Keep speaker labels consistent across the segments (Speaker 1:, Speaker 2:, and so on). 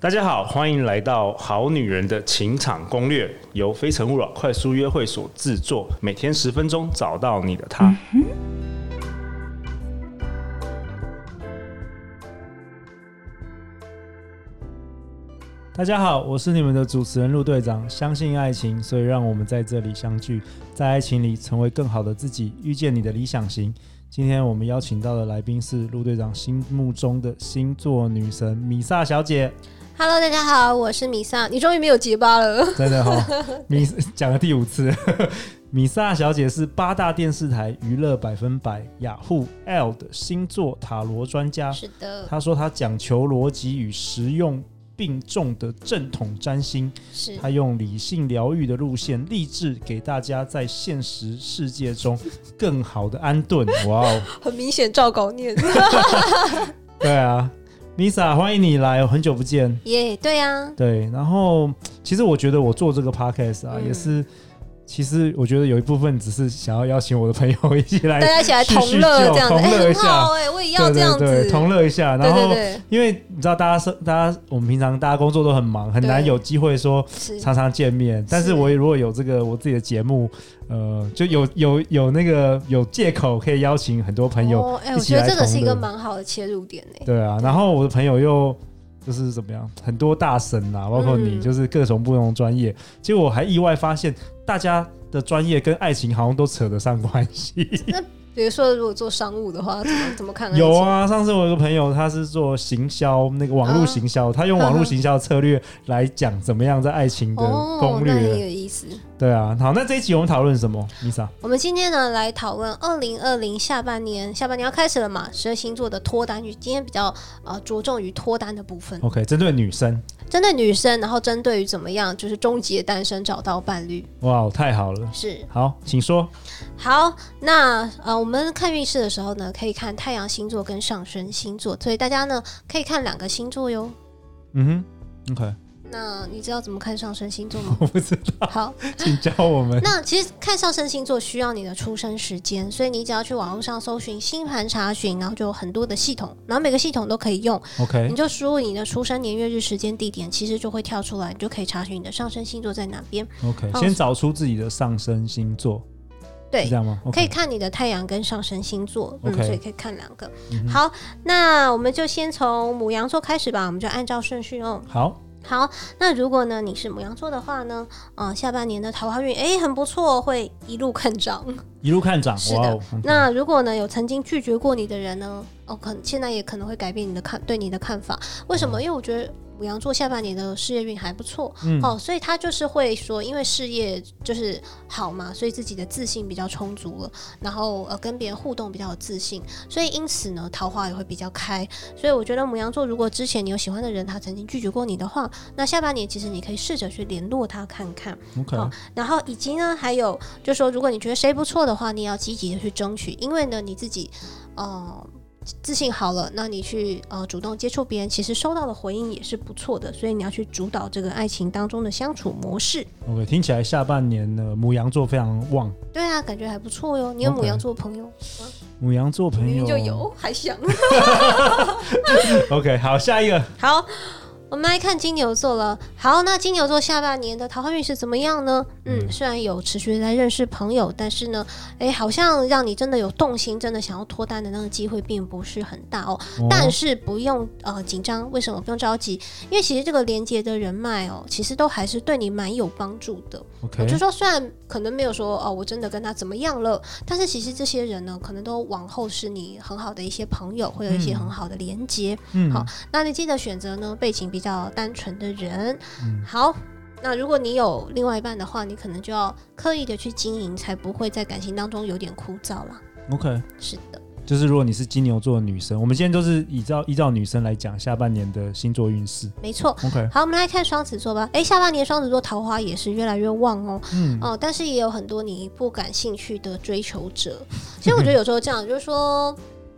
Speaker 1: 大家好，欢迎来到《好女人的情场攻略》，由非诚勿扰快速约会所制作，每天十分钟，找到你的他。
Speaker 2: 大家好，我是你们的主持人陆队长。相信爱情，所以让我们在这里相聚，在爱情里成为更好的自己，遇见你的理想型。今天我们邀请到的来宾是陆队长心目中的星座女神米萨小姐，
Speaker 3: Hello，大家好，我是米萨，你终于没有结巴了。
Speaker 2: 真的哈、米讲了第五次。 米萨小姐是八大电视台娱乐百分百、雅虎 L 的星座塔罗专家。
Speaker 3: 是的，
Speaker 2: 她说她讲求逻辑与实用并重的正统占星。
Speaker 3: 是
Speaker 2: 他用理性疗愈的路线，励志给大家在现实世界中 更好的安顿。哇哦，
Speaker 3: 很明显照 稿念。
Speaker 2: 对啊，Misa，欢迎你来，很久不见。
Speaker 3: 耶对啊呀、
Speaker 2: 对，然后其实我觉得我做这个 podcast 啊，
Speaker 3: 嗯
Speaker 2: 也是，其实我觉得有一部分只是想要邀请我的朋友一起来
Speaker 3: 大，家一起来
Speaker 2: 叙
Speaker 3: 同
Speaker 2: 叙
Speaker 3: 乐
Speaker 2: 旧
Speaker 3: 这样子，
Speaker 2: 同
Speaker 3: 哎、
Speaker 2: 乐一
Speaker 3: 很
Speaker 2: 下
Speaker 3: 好哎、我也 要
Speaker 2: 对
Speaker 3: 这
Speaker 2: 对
Speaker 3: 样子。
Speaker 2: 对，同乐一下。
Speaker 3: 对
Speaker 2: 然后，
Speaker 3: 对对
Speaker 2: 因为你知道，大家是大家，我们平常大家工作都很忙，很难
Speaker 3: 对
Speaker 2: 有机会说
Speaker 3: 是
Speaker 2: 常常见面，但是我如果有这个我自己的节目，呃，就有有有那个有借口可以邀请很多朋友，
Speaker 3: 哦哎、
Speaker 2: 一
Speaker 3: 我
Speaker 2: 起
Speaker 3: 觉得
Speaker 2: 来
Speaker 3: 这个是一个
Speaker 2: 同乐
Speaker 3: 蛮好的切入点哎、
Speaker 2: 对啊，然后我的朋友又就是怎么样，很多大神啊，包括你，
Speaker 3: 嗯
Speaker 2: 就是各种不同专业，结果我还意外发现大家的专业跟爱情好像都扯得上关系。
Speaker 3: 比如说，如果做商务的话，怎么怎么看？
Speaker 2: 有，啊，上次我有个朋友，他是做行销，那个网络
Speaker 3: 啊
Speaker 2: 行销，他用网
Speaker 3: 呵
Speaker 2: 络
Speaker 3: 呵
Speaker 2: 行销策略来讲怎么样在爱情的
Speaker 3: 哦
Speaker 2: 攻，
Speaker 3: 那很
Speaker 2: 略。
Speaker 3: 有意思。
Speaker 2: 对啊，好，那这一集我们讨论什么，Lisa？
Speaker 3: 我们今天呢来讨论二零二零下半年，下半年要开始了嘛？十二星座的脱单日，今天比较呃着重于脱单的部分，
Speaker 2: OK，针对女生，
Speaker 3: 针对女生，然后针对于怎么样就是终结单身找到伴侣
Speaker 2: 哇，太好了！
Speaker 3: 是。
Speaker 2: 好，请说。
Speaker 3: 好，那呃，我们看运势的时候呢，可以看太阳星座跟上升星座，所以大家呢可以看两个星座哟。
Speaker 2: 嗯哼，OK，
Speaker 3: 那你知道怎么看上升星座吗
Speaker 2: ？我不知道，
Speaker 3: 好，
Speaker 2: 请教我们。
Speaker 3: 那其实看上升星座需要你的出生时间，所以你只要去网络上搜寻星盘查询，然后就有很多的系统，然后每个系统都可以用，
Speaker 2: OK，
Speaker 3: 你就输入你的出生年月日时间地点，其实就会跳出来，你就可以查询你的上升星座在哪边。
Speaker 2: OK，
Speaker 3: 好
Speaker 2: 先找出自己的上升星座，
Speaker 3: 哦对
Speaker 2: 是这，样吗？OK，
Speaker 3: 可以看你的太阳跟上升星座，嗯
Speaker 2: OK
Speaker 3: 所以可以看两个。
Speaker 2: 嗯哼
Speaker 3: 好，那我们就先从母羊座开始吧，我们就按照顺序哦。
Speaker 2: 好，
Speaker 3: 好，那如果呢你是母羊座的话呢，呃，下半年的桃花运诶很不错，哦会一路 看涨。
Speaker 2: 一路看涨，
Speaker 3: 是的
Speaker 2: 哇哦，OK
Speaker 3: 那如果呢有曾经拒绝过你的人呢，哦，可现在也可能会改变你的看对你的看法。为什么？因为我觉得母羊座下半年的事业运还不错、
Speaker 2: 嗯
Speaker 3: 哦，所以他就是会说，因为事业就是好嘛，所以自己的自信比较充足了，然后呃跟别人互动比较有自信，所以因此呢桃花也会比较开。所以我觉得母羊座如果之前你有喜欢的人，他曾经拒绝过你的话，那下半年其实你可以试着去联络他看看。
Speaker 2: OK，
Speaker 3: 好然后以及呢，还有就是说，如果你觉得谁不错的话，你也要积极的去争取，因为呢，你自己，呃，自信好了，那你去呃主动接触别人，其实收到的回应也是不错的，所以你要去主导这个爱情当中的相处模式。
Speaker 2: OK，听起来下半年呢，母羊座非常旺，
Speaker 3: 对啊，感觉还不错哟。你有母
Speaker 2: OK
Speaker 3: 羊座朋友吗？
Speaker 2: 母羊座朋
Speaker 3: 明
Speaker 2: 友
Speaker 3: 明就有，还想
Speaker 2: OK，好，下一个
Speaker 3: 好。我们来看金牛座了。好，那金牛座下半年的桃花运是怎么样呢？嗯，虽然有持续地在认识朋友，但是呢，诶，好像让你真的有动心，真的想要脱单的那个机会并不是很大哦。但
Speaker 2: 哦
Speaker 3: 是不用呃紧张，为什么不用着急？因为其实这个连接的人脉哦，其实都还是对你蛮有帮助的。我
Speaker 2: OK，
Speaker 3: 就说，虽然可能没有说哦，我真的跟他怎么样了，但是其实这些人呢，可能都往后是你很好的一些朋友，会有一些
Speaker 2: 嗯
Speaker 3: 很好的连接。
Speaker 2: 嗯
Speaker 3: 好那你记得选择呢背景比较单纯的人。
Speaker 2: 嗯
Speaker 3: 好，那如果你有另外一半的话，你可能就要刻意的去经营，才不会在感情当中有点枯燥啦。
Speaker 2: ，OK，
Speaker 3: 是的，
Speaker 2: 就是如果你是金牛座的女生，我们今天都是依照依照女生来讲下半年的星座运势
Speaker 3: 没错。
Speaker 2: ，OK，
Speaker 3: 好，我们来看双子座吧。诶，下半年双子座桃花也是越来越旺哦。
Speaker 2: 嗯
Speaker 3: 哦，但是也有很多你不感兴趣的追求者。其实我觉得有时候这样，就是说，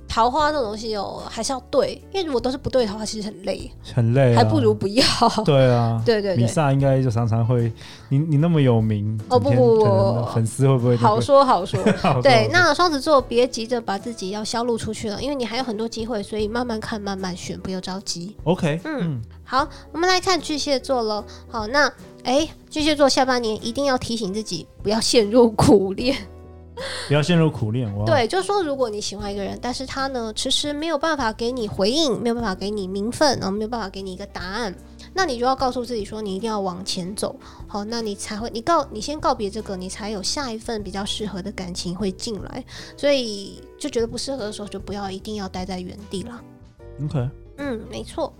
Speaker 3: 桃花这种东西哦，还是要对，因为如果都是不对的桃花，其实很累，
Speaker 2: 很累、啊，
Speaker 3: 还不如不要。
Speaker 2: 对啊，
Speaker 3: 对对
Speaker 2: 米
Speaker 3: 对，
Speaker 2: 萨应该就常常会，你你那么有名，
Speaker 3: 哦
Speaker 2: 整天
Speaker 3: 不不不
Speaker 2: 可能粉丝会不会
Speaker 3: 好说好说。
Speaker 2: 好说
Speaker 3: 对，那双子座别急着把自己要销路出去了，因为你还有很多机会，所以慢慢看，慢慢选，不要着急。
Speaker 2: OK，嗯
Speaker 3: 嗯，好，我们来看巨蟹座喽。好，那哎、巨蟹座下半年一定要提醒自己不要陷入苦 恋。
Speaker 2: 不要陷入苦恋，哇，
Speaker 3: 对，就是说，如果你喜欢一个人，但是他呢迟迟没有办法给你回应，没有办法给你名分，然后没有办法给你一个答案，那你就要告诉自己说，你一定要往前走。好，那你才会，你告你先告别这个，你才有下一份比较适合的感情会进来。所以就觉得不适合的时候，就不要一定要待在原地了。
Speaker 2: ，OK，
Speaker 3: 嗯，没错。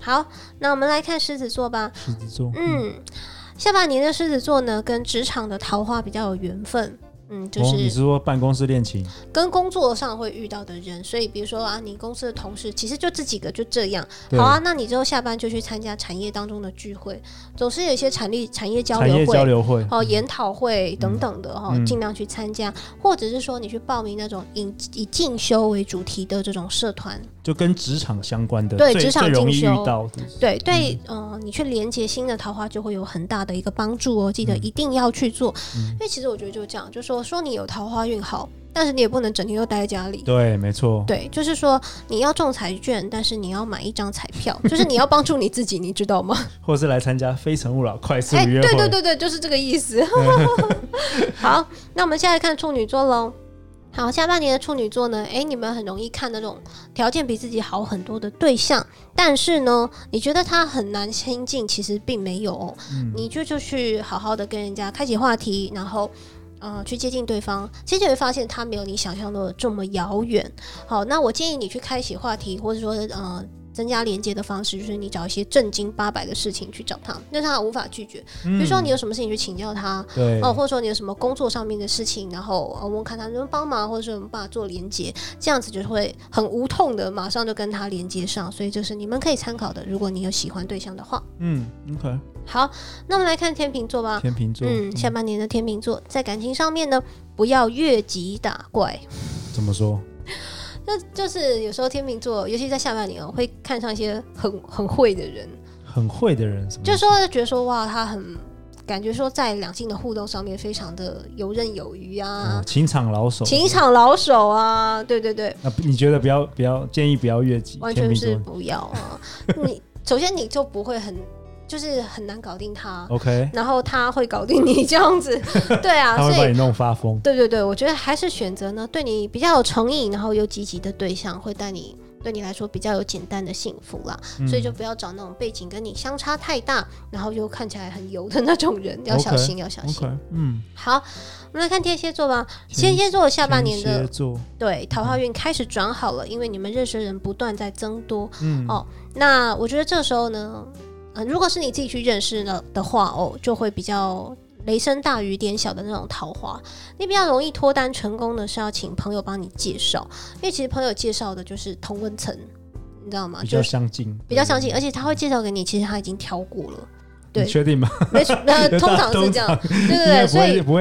Speaker 3: 好，那我们来看狮子座吧。
Speaker 2: 狮子座，嗯，
Speaker 3: 嗯，下半年的狮子座呢，跟职场的桃花比较有缘分。嗯，就
Speaker 2: 哦，你
Speaker 3: 是
Speaker 2: 是说办公室恋情
Speaker 3: 跟工作上会遇到的人，所以比如说啊，你公司的同事其实就这几个就这样，
Speaker 2: 对
Speaker 3: 好啊，那你之后下班就去参加产业当中的聚会，总是有一些产力产业交
Speaker 2: 产
Speaker 3: 流
Speaker 2: 业交
Speaker 3: 会。
Speaker 2: 流会，
Speaker 3: 哦，研讨会等等的哈、哦
Speaker 2: 嗯
Speaker 3: 尽量去参加，或者是说你去报名那种以以进修为主题的这种社团，
Speaker 2: 就跟职场相关的，
Speaker 3: 对
Speaker 2: 最
Speaker 3: 职场
Speaker 2: 最容易
Speaker 3: 进修
Speaker 2: 遇到的，
Speaker 3: 对对，嗯、你去连接新的桃花就会有很大的一个帮助哦，记得一定要去做，
Speaker 2: 嗯
Speaker 3: 因为其实我觉得就这样，就说说你有桃花运好，但是你也不能整天都待在家里。
Speaker 2: 对，没错，
Speaker 3: 对，就是说你要中彩券，但是你要买一张彩票，就是你要帮助你自己，你知 道吗？
Speaker 2: 或者是来参加《非诚勿扰》快速
Speaker 3: 哎，
Speaker 2: 约
Speaker 3: 对
Speaker 2: 会，
Speaker 3: 对对对，就是这个意 思。好，那我们现在看处女座喽。好，下半年的处女座呢，哎，你们很容易看那种条件比自己好很多的对象，但是呢，你觉得他很难亲近，其实并没有哦、
Speaker 2: 嗯
Speaker 3: 你就就去好好的跟人家开启话题，然后。呃，去接近对方，其实你会发现他没有你想象的这么遥远。好，那我建议你去开启话题，或者说呃，增加连接的方式，就是你找一些正经八百的事情去找他，让他无法拒绝。比
Speaker 2: 嗯，
Speaker 3: 如说你有什么事情去请教他，
Speaker 2: 对，
Speaker 3: 哦，或者说你有什么工作上面的事情，然后呃我们看他能不能帮忙，或者是我们办法做连接，这样子就会很无痛的马上就跟他连接上。所以就是你们可以参考的，如果你有喜欢对象的话。
Speaker 2: 嗯，OK，
Speaker 3: 好，那我们来看天秤座吧。
Speaker 2: 天秤座，
Speaker 3: 嗯，下半年的天秤座在感情上面呢，不要越级打怪。
Speaker 2: 怎么说？
Speaker 3: 那就是有时候天秤座，尤其在下半年哦，会看上一些很很会的人，
Speaker 2: 很会的人，什么意思
Speaker 3: 就是说觉得说哇，他很感觉说在两性的互动上面非常的游刃有余
Speaker 2: 哦，
Speaker 3: 啊
Speaker 2: 情场老手，
Speaker 3: 情场老手啊，对对对，
Speaker 2: 啊，不你觉得不要不要建议不要越级，
Speaker 3: 完
Speaker 2: 天
Speaker 3: 全
Speaker 2: 秤
Speaker 3: 是
Speaker 2: 座
Speaker 3: 不要啊。 你首先你就不会很，就是很难搞定他，
Speaker 2: ，OK，
Speaker 3: 然后他会搞定你这 样子，对啊，
Speaker 2: 他会
Speaker 3: 所
Speaker 2: 把
Speaker 3: 以
Speaker 2: 你弄发疯，
Speaker 3: 对对对，我觉得还是选择呢，对你比较有诚意，然后有积极的对象，会带你对你来说比较有简单的幸福啦。
Speaker 2: 嗯
Speaker 3: 所以就不要找那种背景跟你相差太大，然后又看起来很油的那种人，要小心，要小心。
Speaker 2: OK，嗯，
Speaker 3: 好，我们来看天蝎座吧。
Speaker 2: 天
Speaker 3: 天蝎座下半年
Speaker 2: 天蝎
Speaker 3: 的
Speaker 2: 座，
Speaker 3: 对桃花运开始转好了，因为你们认识的人不断在增多。
Speaker 2: 嗯，
Speaker 3: 哦那我觉得这时候呢，呃，如果是你自己去认识呢的话，哦，就会比较雷声大雨点小的那种桃花。你比较容易脱单成功的是要请朋友帮你介绍，因为其实朋友介绍的就是同温层，你知道吗？
Speaker 2: 比
Speaker 3: 啊就
Speaker 2: 较
Speaker 3: 是
Speaker 2: 相近，
Speaker 3: 比较相近，而且他会介绍给你，其实他已经挑过了。
Speaker 2: 你
Speaker 3: 对
Speaker 2: 确定吗？
Speaker 3: 没错，呃，
Speaker 2: 有
Speaker 3: 通
Speaker 2: 大
Speaker 3: 常是这样， 对
Speaker 2: 你也
Speaker 3: 对 对，
Speaker 2: 不
Speaker 3: 所以
Speaker 2: 会不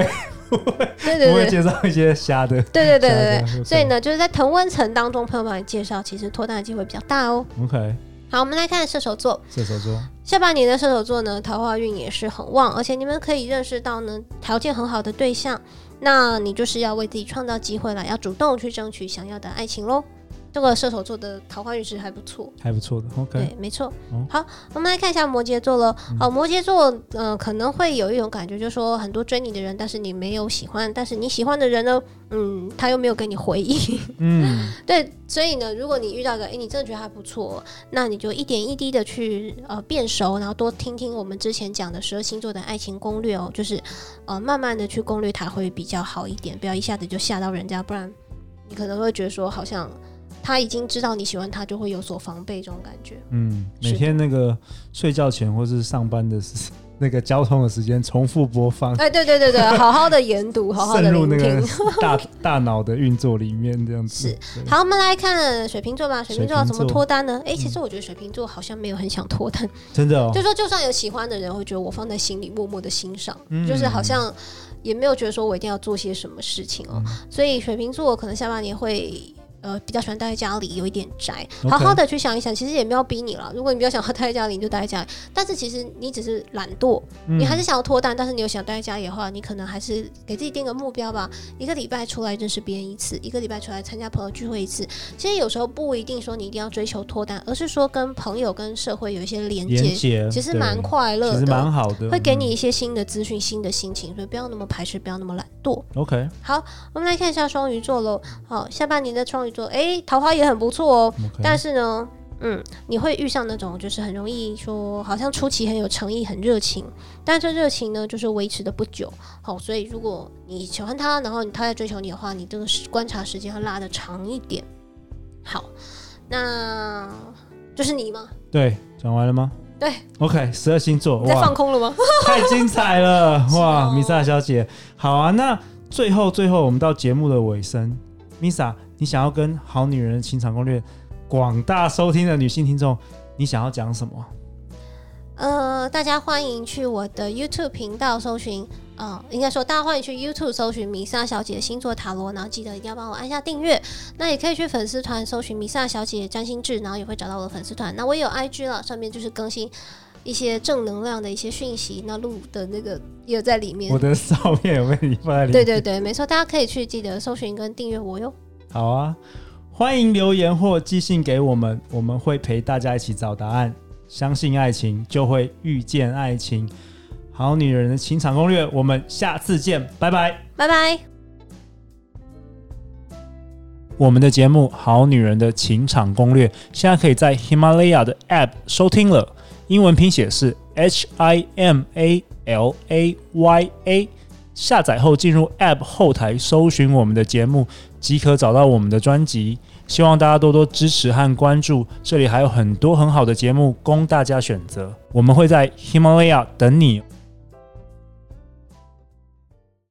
Speaker 2: 会
Speaker 3: 对对
Speaker 2: 不会
Speaker 3: 对。
Speaker 2: 介绍一些瞎的
Speaker 3: 对对对
Speaker 2: 这样
Speaker 3: 对
Speaker 2: 这样
Speaker 3: 对，所以呢，就是在同温层当中，朋友帮你介绍，其实脱单的机会比较大哦。
Speaker 2: ，OK，
Speaker 3: 好，我们来看射手座，
Speaker 2: 射手座，
Speaker 3: 下半年的射手座呢，桃花运也是很旺，而且你们可以认识到呢条件很好的对象，那你就是要为自己创造机会了，要主动去争取想要的爱情喽。这个射手座的桃花运势还不错，
Speaker 2: 还不错的，OK，
Speaker 3: 对，没错。
Speaker 2: 哦
Speaker 3: 好，我们来看一下摩羯座了。哦，摩羯座，呃，可能会有一种感觉，就是说很多追你的人，但是你没有喜欢，但是你喜欢的人呢，嗯，他又没有给你回应。
Speaker 2: 嗯，
Speaker 3: 对，所以呢，如果你遇到一个，诶，你真的觉得他不错，那你就一点一滴的去呃变熟，然后多听听我们之前讲的十二星座的爱情攻略哦，就是呃慢慢的去攻略它会比较好一点，不要一下子就吓到人家，不然你可能会觉得说好像他已经知道你喜欢他，就会有所防备这种感觉。
Speaker 2: 嗯，每
Speaker 3: 是的
Speaker 2: 天那个睡觉前或是上班的时 那个交通的时间重复播放，
Speaker 3: 哎，对对对对，好好的研 读，好好的
Speaker 2: 渗入
Speaker 3: 聆
Speaker 2: 那个
Speaker 3: 听。
Speaker 2: 大大脑的运作里面，这样子对
Speaker 3: 好，我们来看水瓶座吧。水瓶座要怎
Speaker 2: 水
Speaker 3: 么
Speaker 2: 瓶座
Speaker 3: 脱单呢？哎，其实我觉得水瓶座好像没有很想脱单，
Speaker 2: 真的哦
Speaker 3: 就，说就算有喜欢的人，我会觉得我放在心里，默默的欣赏，
Speaker 2: 嗯
Speaker 3: 就是好像
Speaker 2: 嗯
Speaker 3: 也没有觉得说我一定要做些什么事情哦。所以水瓶座可能下半年会。呃比较喜欢待在家里，有一点宅，
Speaker 2: OK
Speaker 3: 好好的去想一想，其实也没有逼你了。如果你比较想要待在家里，你就待在家里。但是其实你只是懒惰，
Speaker 2: 嗯
Speaker 3: 你还是想要脱单，但是你又想待在家里的话，你可能还是给自己定个目标吧，一个礼拜出来认识别人一次，一个礼拜出来参加朋友聚会一次。其实有时候不一定说你一定要追求脱单，而是说跟朋友跟社会有一些连
Speaker 2: 连
Speaker 3: 接，
Speaker 2: 接
Speaker 3: 其实
Speaker 2: 对
Speaker 3: 蛮快乐
Speaker 2: 其实蛮
Speaker 3: 的。
Speaker 2: 好的，
Speaker 3: 会给
Speaker 2: 嗯
Speaker 3: 你一些新的资讯、新的心情，所以不要那么排斥，不要那么懒惰。
Speaker 2: 嗯 OK
Speaker 3: 好，我们来看一下双鱼座喽。好，下半年的双鱼座，诶，桃花也很不错哦。
Speaker 2: OK，
Speaker 3: 但是呢，嗯，你会遇上那种就是很容易说，好像初期很有诚意、很热情，但这热情呢，就是维持的不久。好，所以如果你喜欢他，然后他在追求你的话，你这个时观察时间要拉的长一点。好，那就是你吗？
Speaker 2: 对，讲完了吗？
Speaker 3: 对
Speaker 2: ，OK，十二星座，
Speaker 3: 你在
Speaker 2: 哇
Speaker 3: 放，空了吗？
Speaker 2: 太精彩了，
Speaker 3: 是
Speaker 2: 哇，
Speaker 3: 哦
Speaker 2: 米莎小姐，好啊，那最后最后我们到节目的尾声，米莎，你想要跟《好女人的情场攻略》广大收听的女性听众，你想要讲什么？
Speaker 3: 呃，大家欢迎去我的 YouTube 频道搜寻，呃，应该说大家欢迎去 YouTube 搜寻米莎小姐星座塔罗，然后记得一定要帮我按下订阅。那也可以去粉丝团搜寻米莎小姐占星志，然后也会找到我的粉丝团。那我也有 IG 了，上面就是更新一些正能量的一些讯息，那录的那个也有在里面
Speaker 2: 我。的照片有被你放在里面，
Speaker 3: 对对对，没错，大家可以去记得搜寻跟订阅我哟。
Speaker 2: 好啊，欢迎留言或寄信给我们，我们会陪大家一起找答案。相信爱情，就会遇见爱情。好女人的情场攻略，我们下次见，拜拜。
Speaker 3: 拜拜。
Speaker 2: 我们的节目《好女人的情场攻略》现在可以在 Himalaya 的 App 收听了，英文拼写是 H I M A L A Y A。下载后进入 App 后台搜寻我们的节目，即可找到我们的专辑。希望大家多多支持和关注，这里还有很多很好的节目供大家选择。我们会在 Himalaya 等你。哦